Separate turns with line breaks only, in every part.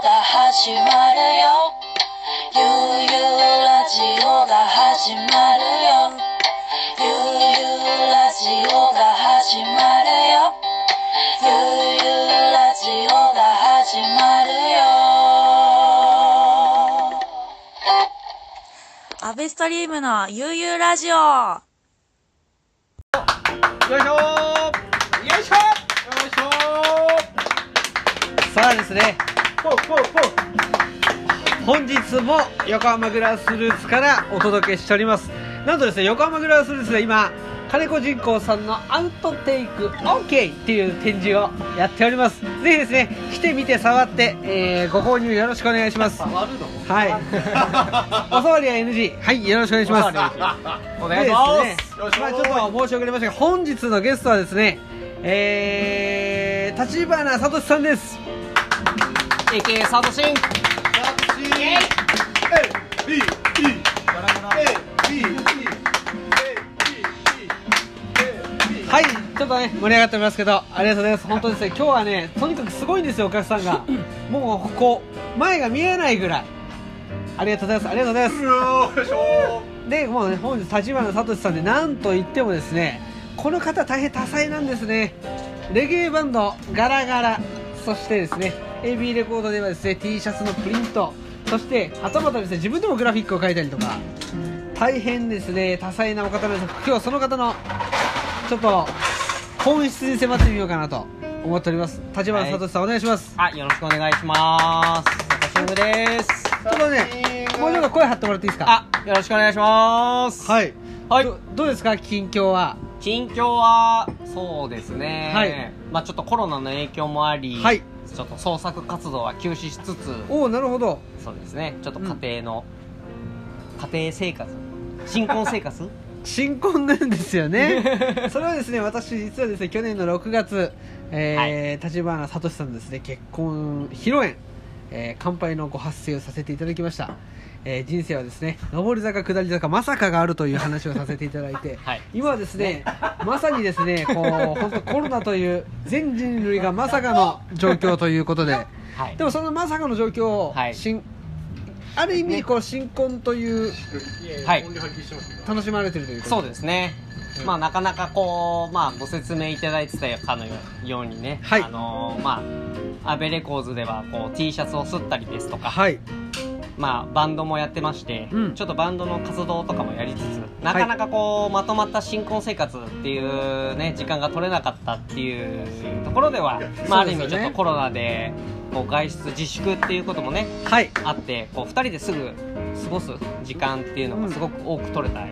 始まるよゆうゆうラジオが始まるよゆうゆうラジオが始まるよゆうゆうラジオが始まるよ
アベストリームのゆうゆうラジオは
よいしょーよいしょよいしょ
さあですね
ーほうほうほう
本日も横浜グラスルーツからお届けしておりますなんとですね横浜グラスルーツで今金子人工さんのアウトテイク OK っていう展示をやっておりますぜひですね来てみて触って、えーご購入よろしくお願いしますはい
触るの
お 触りは NG はいよろしくお願いします
お
でですね
よいしょ
まあ、ちょっと申し遅れましたが本日のゲストはですねえー、立花聡さんです
AK サトシン
はい、ちょっとね、盛り上がっておりますけど、ありがとうございます。本当ですね、今日はね、とにかくすごいんですよ、お客さんが。もう、ここ、前が見えないぐらい。ありがとうございます、ありがとうございます。
よいしょ
で、もうね、本日、立花聡さんで、なんと言ってもですね、この方大変多彩なんですね。レゲエバンド、ガラガラ、そしてですね、AB レコードではですね、T シャツのプリント、そして、はたまたですね、自分でもグラフィックを描いたりとか、大変ですね、多彩なお方なんですが今日はその方の、ちょっと、本質に迫ってみようかなと思っております。立花聡さん、お願いします。
あよろしくお願いしますサトシングです
ちょっとね、もうちょっと声張ってもらっていいですか
あよろしくお願いします
はい。
はい
どどうですか、近況は。
近況はそうですね
はい
まあちょっとコロナの影響もあり
はい
ちょっと創作活動は休止しつつ
おおなるほど
そうですねちょっと家庭の、家庭生活新婚 生活
新婚なんですよね それはですね私実はですね去年の6月えー橘、聡さんのですね結婚披露宴、えー乾杯のご発声をさせていただきました、えー人生はですね上り坂下り坂まさかがあるという話をさせていただいて、
はい
今はですねまさにですねこう 本当コロナという全人類がまさかの状況ということで
はい
でもそのまさかの状況を、
はい
しんある意味こう新婚という
はい
楽しまれてるということ
そうですね、まあなかなかこう、まあ、ご説明いただいてたかのようにね、
はい
あのーまあアベレコーズではこう T シャツを吸ったりですとか、
はい
まあ、バンドもやってまして、
うん
ちょっとバンドの活動とかもやりつつなかなかこうまとまった新婚生活っていうね時間が取れなかったっていうところでは、まあ、ある意
そうです
味ち
よ
ょ
ね
っとコロナでこう外出自粛っていうこともね
はい
あってこう2人ですぐ過ごす時間っていうのがすごく多く取れたよ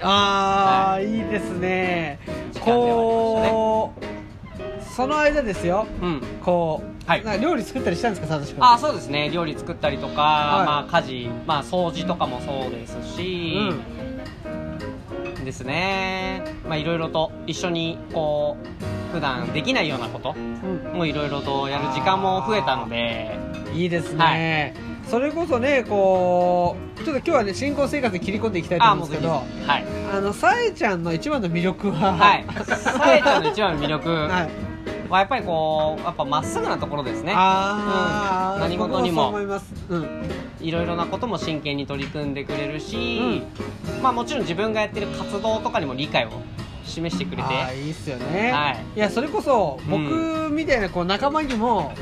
うな
あー、い、いですね
時間ではありま
こうその間ですよ
したね。うん
こう、
はい
なんか料理作ったりしたんですかサトシ君
あそうですね料理作ったりとか、
い
まあ、家事、まあ、掃除とかもそうですし、ですねまあいろいろと一緒にこう普段できないようなこと
うん
もいろいろとやる時間も増えたので
いいですね、それこそねこうちょっと今日はね新婚生活で切り込んでいきたいと思うんですけど
あーはい
あのさえちゃんの一番の魅力は
はいさえちゃんの一番の魅力
はい
はやっぱりこうやっぱまっすぐなところですね
あー、
うん何事にも
僕そう思いますうん
いろいろなことも真剣に取り組んでくれるし、まあもちろん自分がやってる活動とかにも理解を示してくれて
あーいいっすよね、
はい
やそれこそ僕みたいなこう仲間にも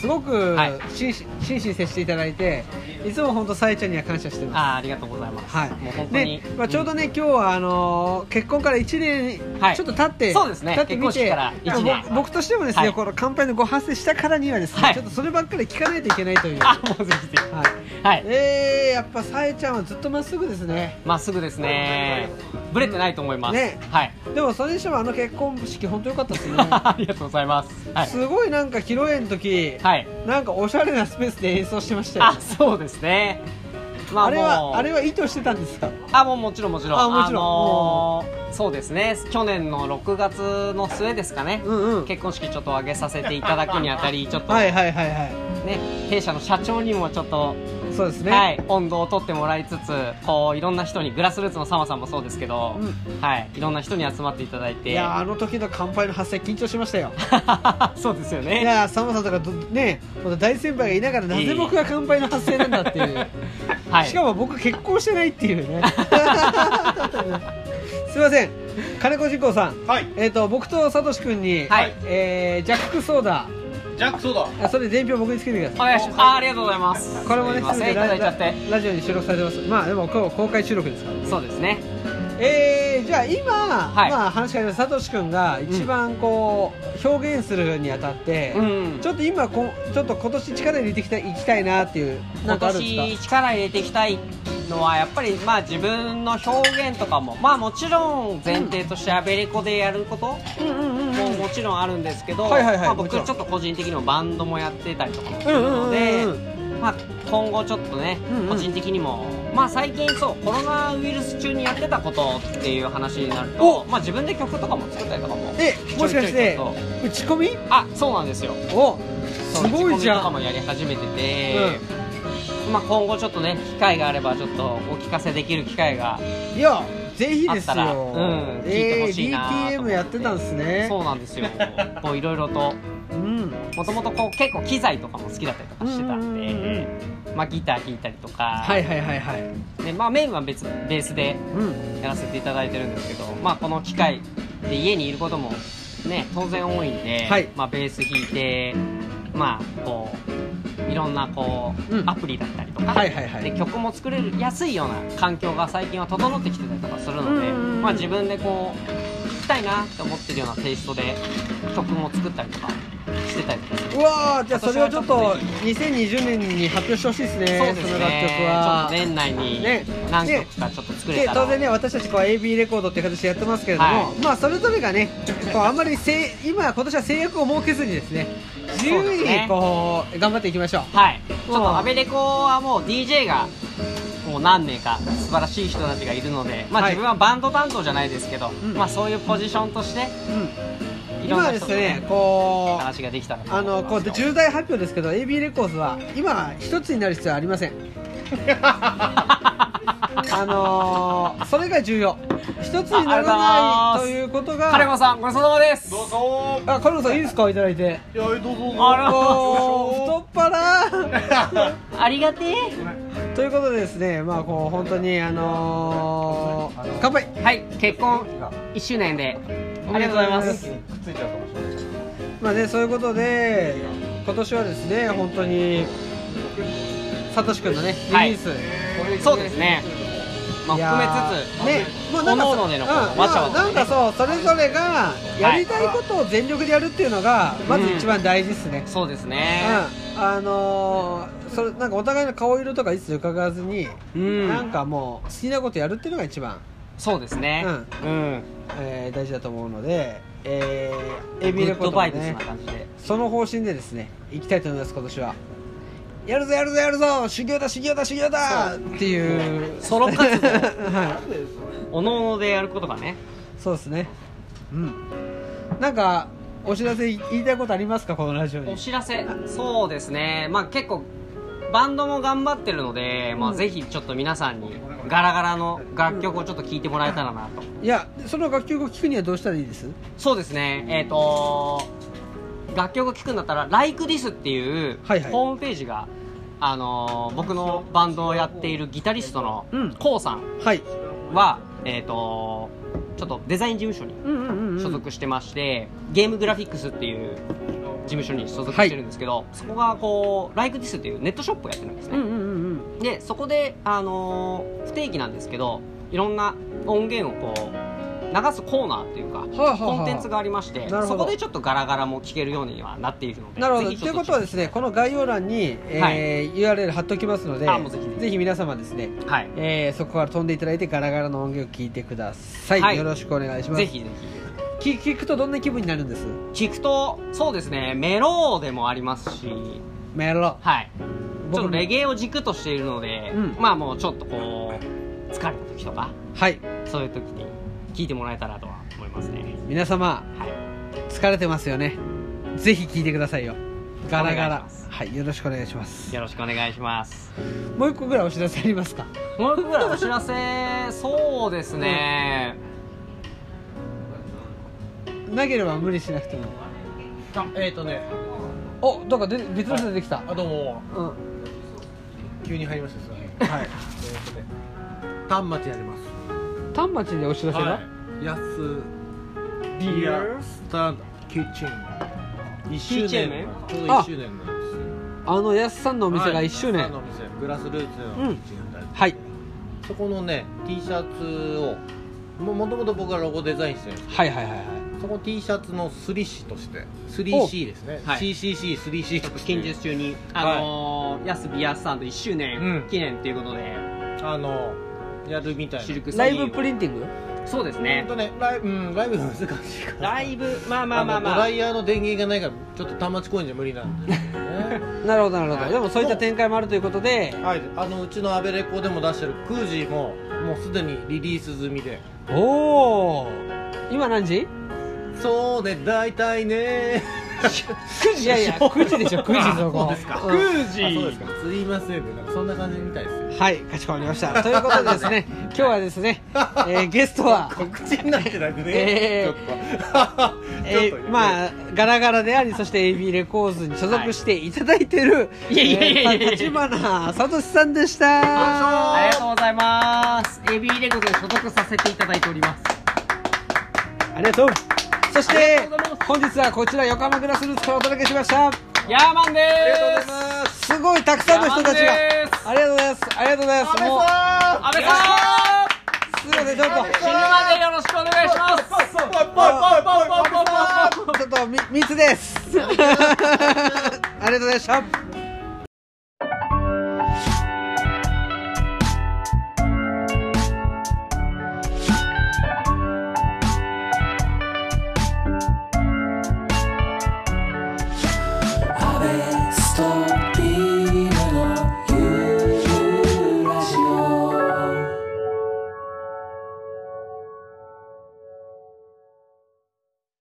すごく
はい
真摯真摯に接していただいていつも本当さえちゃんには感謝してます
あーありがとうございます、
はい
もう本当に、
で、まあ、ちょうどね、今日はあのー結婚から1年、
はい
ちょっと経って
そうですね
経ってみ
結婚
て
式から一年
まあ僕僕としてもですね、
はい
この乾杯のご発声したからにはですね、
はい
ちょっとそればっかり聞かないといけないという、は
あもうぜひぜ
い、
ひはい
えー、やっぱさえちゃんはずっとまっすぐですね
まっすぐですねブレてないと思います、
ね
はい
でもそれにしてもあの結婚式本当良かったですね
ありがとうございますはい、
すごいなんか披露宴の時、
はい、
なんかおしゃれなスペースで演奏してましたよ
あそうですねま
あれ
もう
はあれは意図してたんですか
あもうもちろんもちろん
あもちろん
あのーそうですね去年の6月の末ですかね、
うんうん
結婚式ちょっと挙げさせていただくにあたりちょっと、
はいはいはいはい
ね弊社の社長にもちょっと
そうですね
はい、温度をとってもらいつつこういろんな人にグラスルーツのサマさんもそうですけど、はい、いろんな人に集まっていただいて
いやーあの時の乾杯の発声緊張しましたよ
そうですよ
い
ね
やーさんまさんとかどねまた大先輩がいながらなぜ僕が乾杯の発声なんだっていう、
はい
しかも僕結婚してないっていう ね すいません金子人工さん
はい
えっ、と僕とさとし君に、
はい
えージャックソーダ
ジャックそうだ
あそれ伝票僕につけてくだ
お
さい
願いしますあーありがとうございます
これもね
すいません
全
いただいちゃって
ララジオに収録されてますまあでも今日公開収録ですから
そうですね
えー、じゃあ今、
い
まあ、話がありましたさとし君が一番こう、表現するにあたって、
うん
ちょっと今こちょっと今年力入れていきたい行きたいなっていうな
今
んかあるんで
年
す
力入れていきたいのはやっぱりまあ自分の表現とかもまあもちろん前提としてアベレコでやること
かうんうんうん
ももちろんあるんですけど、
はいはいはい
まあ、
も
僕
ち
ち
ろ
ょ
ん
っと個人的にもバンドもやってたりとかもす
う
る
んうん
の
うん
で、
うん
まあ、今後ちょっとね、
うんうん
個人的にも、まあ、最近そうコロナウイルス中にやってたことっていう話になる
お
と、まあ、自分で曲とかも作ったりとかも
えもしかして
ちょいちょ
打ち込み
あそうなんですよ
お
そう
すごいじ
打ち込みと
ゃ
か
ん
もやり始めてて、まあ、今後ちょっとね機会があればちょっとお聞かせできる機会が
いやぜひです
あったら
よ、
うん聞いて
え
ほしいなと思っ
ー、
て
DTM やってたんですね
そうな んですよこういろいろと
うん
もともとこう結構機材とかも好きだったりとかしてたん
うんうん
で、まあ、ギター弾いたりとか、
はいはいはいはい
でまあ、メインは別ベースで
うん
やらせていただいてるんですけど、まあ、この機会で家にいることも、ね、当然多いんで、
はい
まあ、ベース弾いて、まあ、こういろんなこう、
うん
アプリだったりとか、
はいはいはい
で曲も作れる安いような環境が最近は整ってきてたりとかするので、
うんうんうん
まあ、自分でこう聴きたいなって思ってるようなテイストで曲も作ったりとかしてたりとかする
うわーじゃあそれをちょっと
今年は
2020年に発表してほしいですね
そうです
の楽
ね
曲
ちょっ
は
と年内に
ね
何曲かちょっと作れ
で
たら、
当然ね私たちこう AB レコードっていう形でやってますけれども、
は
まあそれぞれがねこうあんまりせい今今年は制約を設けずにですね自
そうで
由
すね
にこう頑張っていきましょう
はい、ちょっとアベレコはもう DJ がもう何名か素晴らしい人たちがいるので、まあ、
はい
自分はバンド担当じゃないですけど、
ん
まあ、そういうポジションとしてい
今
ろん
は
な
です
人と、
ねこう
話ができたらと
あ
思
の
い
こ
ま
う
すよ
重大発表ですけど AB レコーズは今は一つになる必要はありません あのー、それが重要一つになら
あありがとうござい
な
ま
いと
す
いうことが
金子さんごちそうさまです
どうぞ
あカルロさんいいですかいただいて
いやどうぞどうぞ
あら
おー
よ
太っ腹
いしょ
ありがて え
ということでですねまあこう本当にあのー、乾杯
はい結婚1周年でありがとうございます
くっついちゃうかもしれない
まあねそういうことで今年はですね本当にさとしくんのねリリ
はい
ース、
そうですね、まあ、
いやー
含めつつ、
ねもう
各
なんか
々でのこう
うん
わちゃわちゃ
な
ね
んかそうそれぞれがやりたいことを全力でやるっていうのがまず一番大事ですね、
そうです
う
ね、
んあのー、それなんかお互いの顔色とか一切伺わずに、
うん
なんかもう好きなことやるっていうのが一番、
そうですねうん、
えー大事だと思うので、えー、
グ
AB レコ
ッ
ー
ド
ド
バ
も
イブス
ね
な感じで
その方針でですね行きたいと思います今年はやるぞやるぞやるぞ修行だ修行だ修行だっていう
ソロ活動
はい
おのおのでやることがね
そうですねうんなんかお知らせ言いたいことありますかこのラジオ
お
に
知らせそうですねまあ結構バンドも頑張ってるので、まあ、ぜひちょっと皆さんにガラガラの楽曲をちょっと聴いてもらえたらなと
いやその楽曲を聴くにはどうしたらいいです
そうですねえっ、と楽曲を聴くんだったら「LikeThis」っていうホ
はいはい
ームページが、あのー僕のバンドをやっているギタリストの
うん
KOO さん
はい
は、えっ、とちょっとデザイン事務所に
うんうんうん
所属してまして、ゲームグラフィックスっていう事務所に所属
はい
してるんですけど、そこがこう LikeThis っていうネットショップをやってるんです
うんうんう
ね、
ん
でそこで、あのー不定期なんですけどいろんな音源をこう流すコーナーというか、
あはあはあ
コンテンツがありまして
なるほど
そこでちょっとガラガラも聴けるようにはなっているの
うん
で
なるほど
ぜひ
と
ち
い
ょ
う
っ
こ
と
とはですねこの概要欄に、えー
はい
URL 貼っておきますので
あもうぜひぜひ
皆様ですね、
はい、
えーそこから飛んでいただいてガラガラの音源を聴いてください、
はい
よろしくお願いします
ぜひぜ
聞聞くとどんな気分になるんです
ひ聴くとそうですねメローでもありますし
メロ
はいちょっとレ
ゲ
ゲエを軸としているので、
うん
まあもうちょっとこう疲れた時とか
はい
そういう時に聞いてもらえたらとは思いますね。
皆様
はい。
疲れてますよねぜひ聞いてくださいよガラガ
お願いし
ラ
ます
はいよろしくお願いします
よろしくお願いします
もう一個ぐらいお知らせありますか
もう一個ぐらいお知らせそうですね、
なければ無理しなくても
あえっ、ー、とね
おなんかで別の人出てきた
あどうも
うん
急に入りましたすいません
はい
えーとね丹町やります
丹町でお知らせが、
いやすディアスタンドキッチン1周年ちょうど1周年なんです
あのやすさんのお店が1周
はい
年、
あのお店グラスルーツのキッチンなんだよ
はい
そこのね T シャツをももともと僕がロゴデザインしてるんです
はいはいはいはい
そこ T シャツのスリシとして 3C ですね、
はい
CCC3C として
近日中に、あのー、やすびやすさんと1周
う
年
ん
記念ということで、
あのやるみたいな
シルク
ラ
サ
イ
リーを
ブプリンティング
そうです
ほ
ね
んとねライブ、うん、ライブが難しいから
ライブまあまあまあ
の
ま
ド
あ
ライヤーの電源がないからちょっと玉町公園じゃ無理なんですけど ね
なるほどなるほど、
はい
でもそういった展開もあるということで
はいあのうちのアベレコでも出してるクージーももうすでにリリース済みで
おお今何時
そうね大体ね
9時いやいや9時でしょ9時そこ
そうですか
うん
時
あそうですかすいませんねなんかそんな感じみたいですよ
はいかしこまりましたということで ですね今日はですね、えーゲストは
告知になってなくね、
えー
ちょっと
え
ちょっと
ー、まあガラガラでありそして AB レコーズに所属していただいてる
いやいやいやいやいや
立花聡さんでした
ありがとうございますエビレコで所属させていただいております
ありがとうそし
あり
て
がとうございま
本日はこちら横浜グラスルーツからお届けしました
ヤーマンで
ありがとうござ
す
います
すごいたくさんの人たちが
山です
ありがとうございますありがとうございますも
安倍さん
うすぐでちょっと
死ぬまでよろしくお願いします
ちょっとみ密です ありがとうございました
「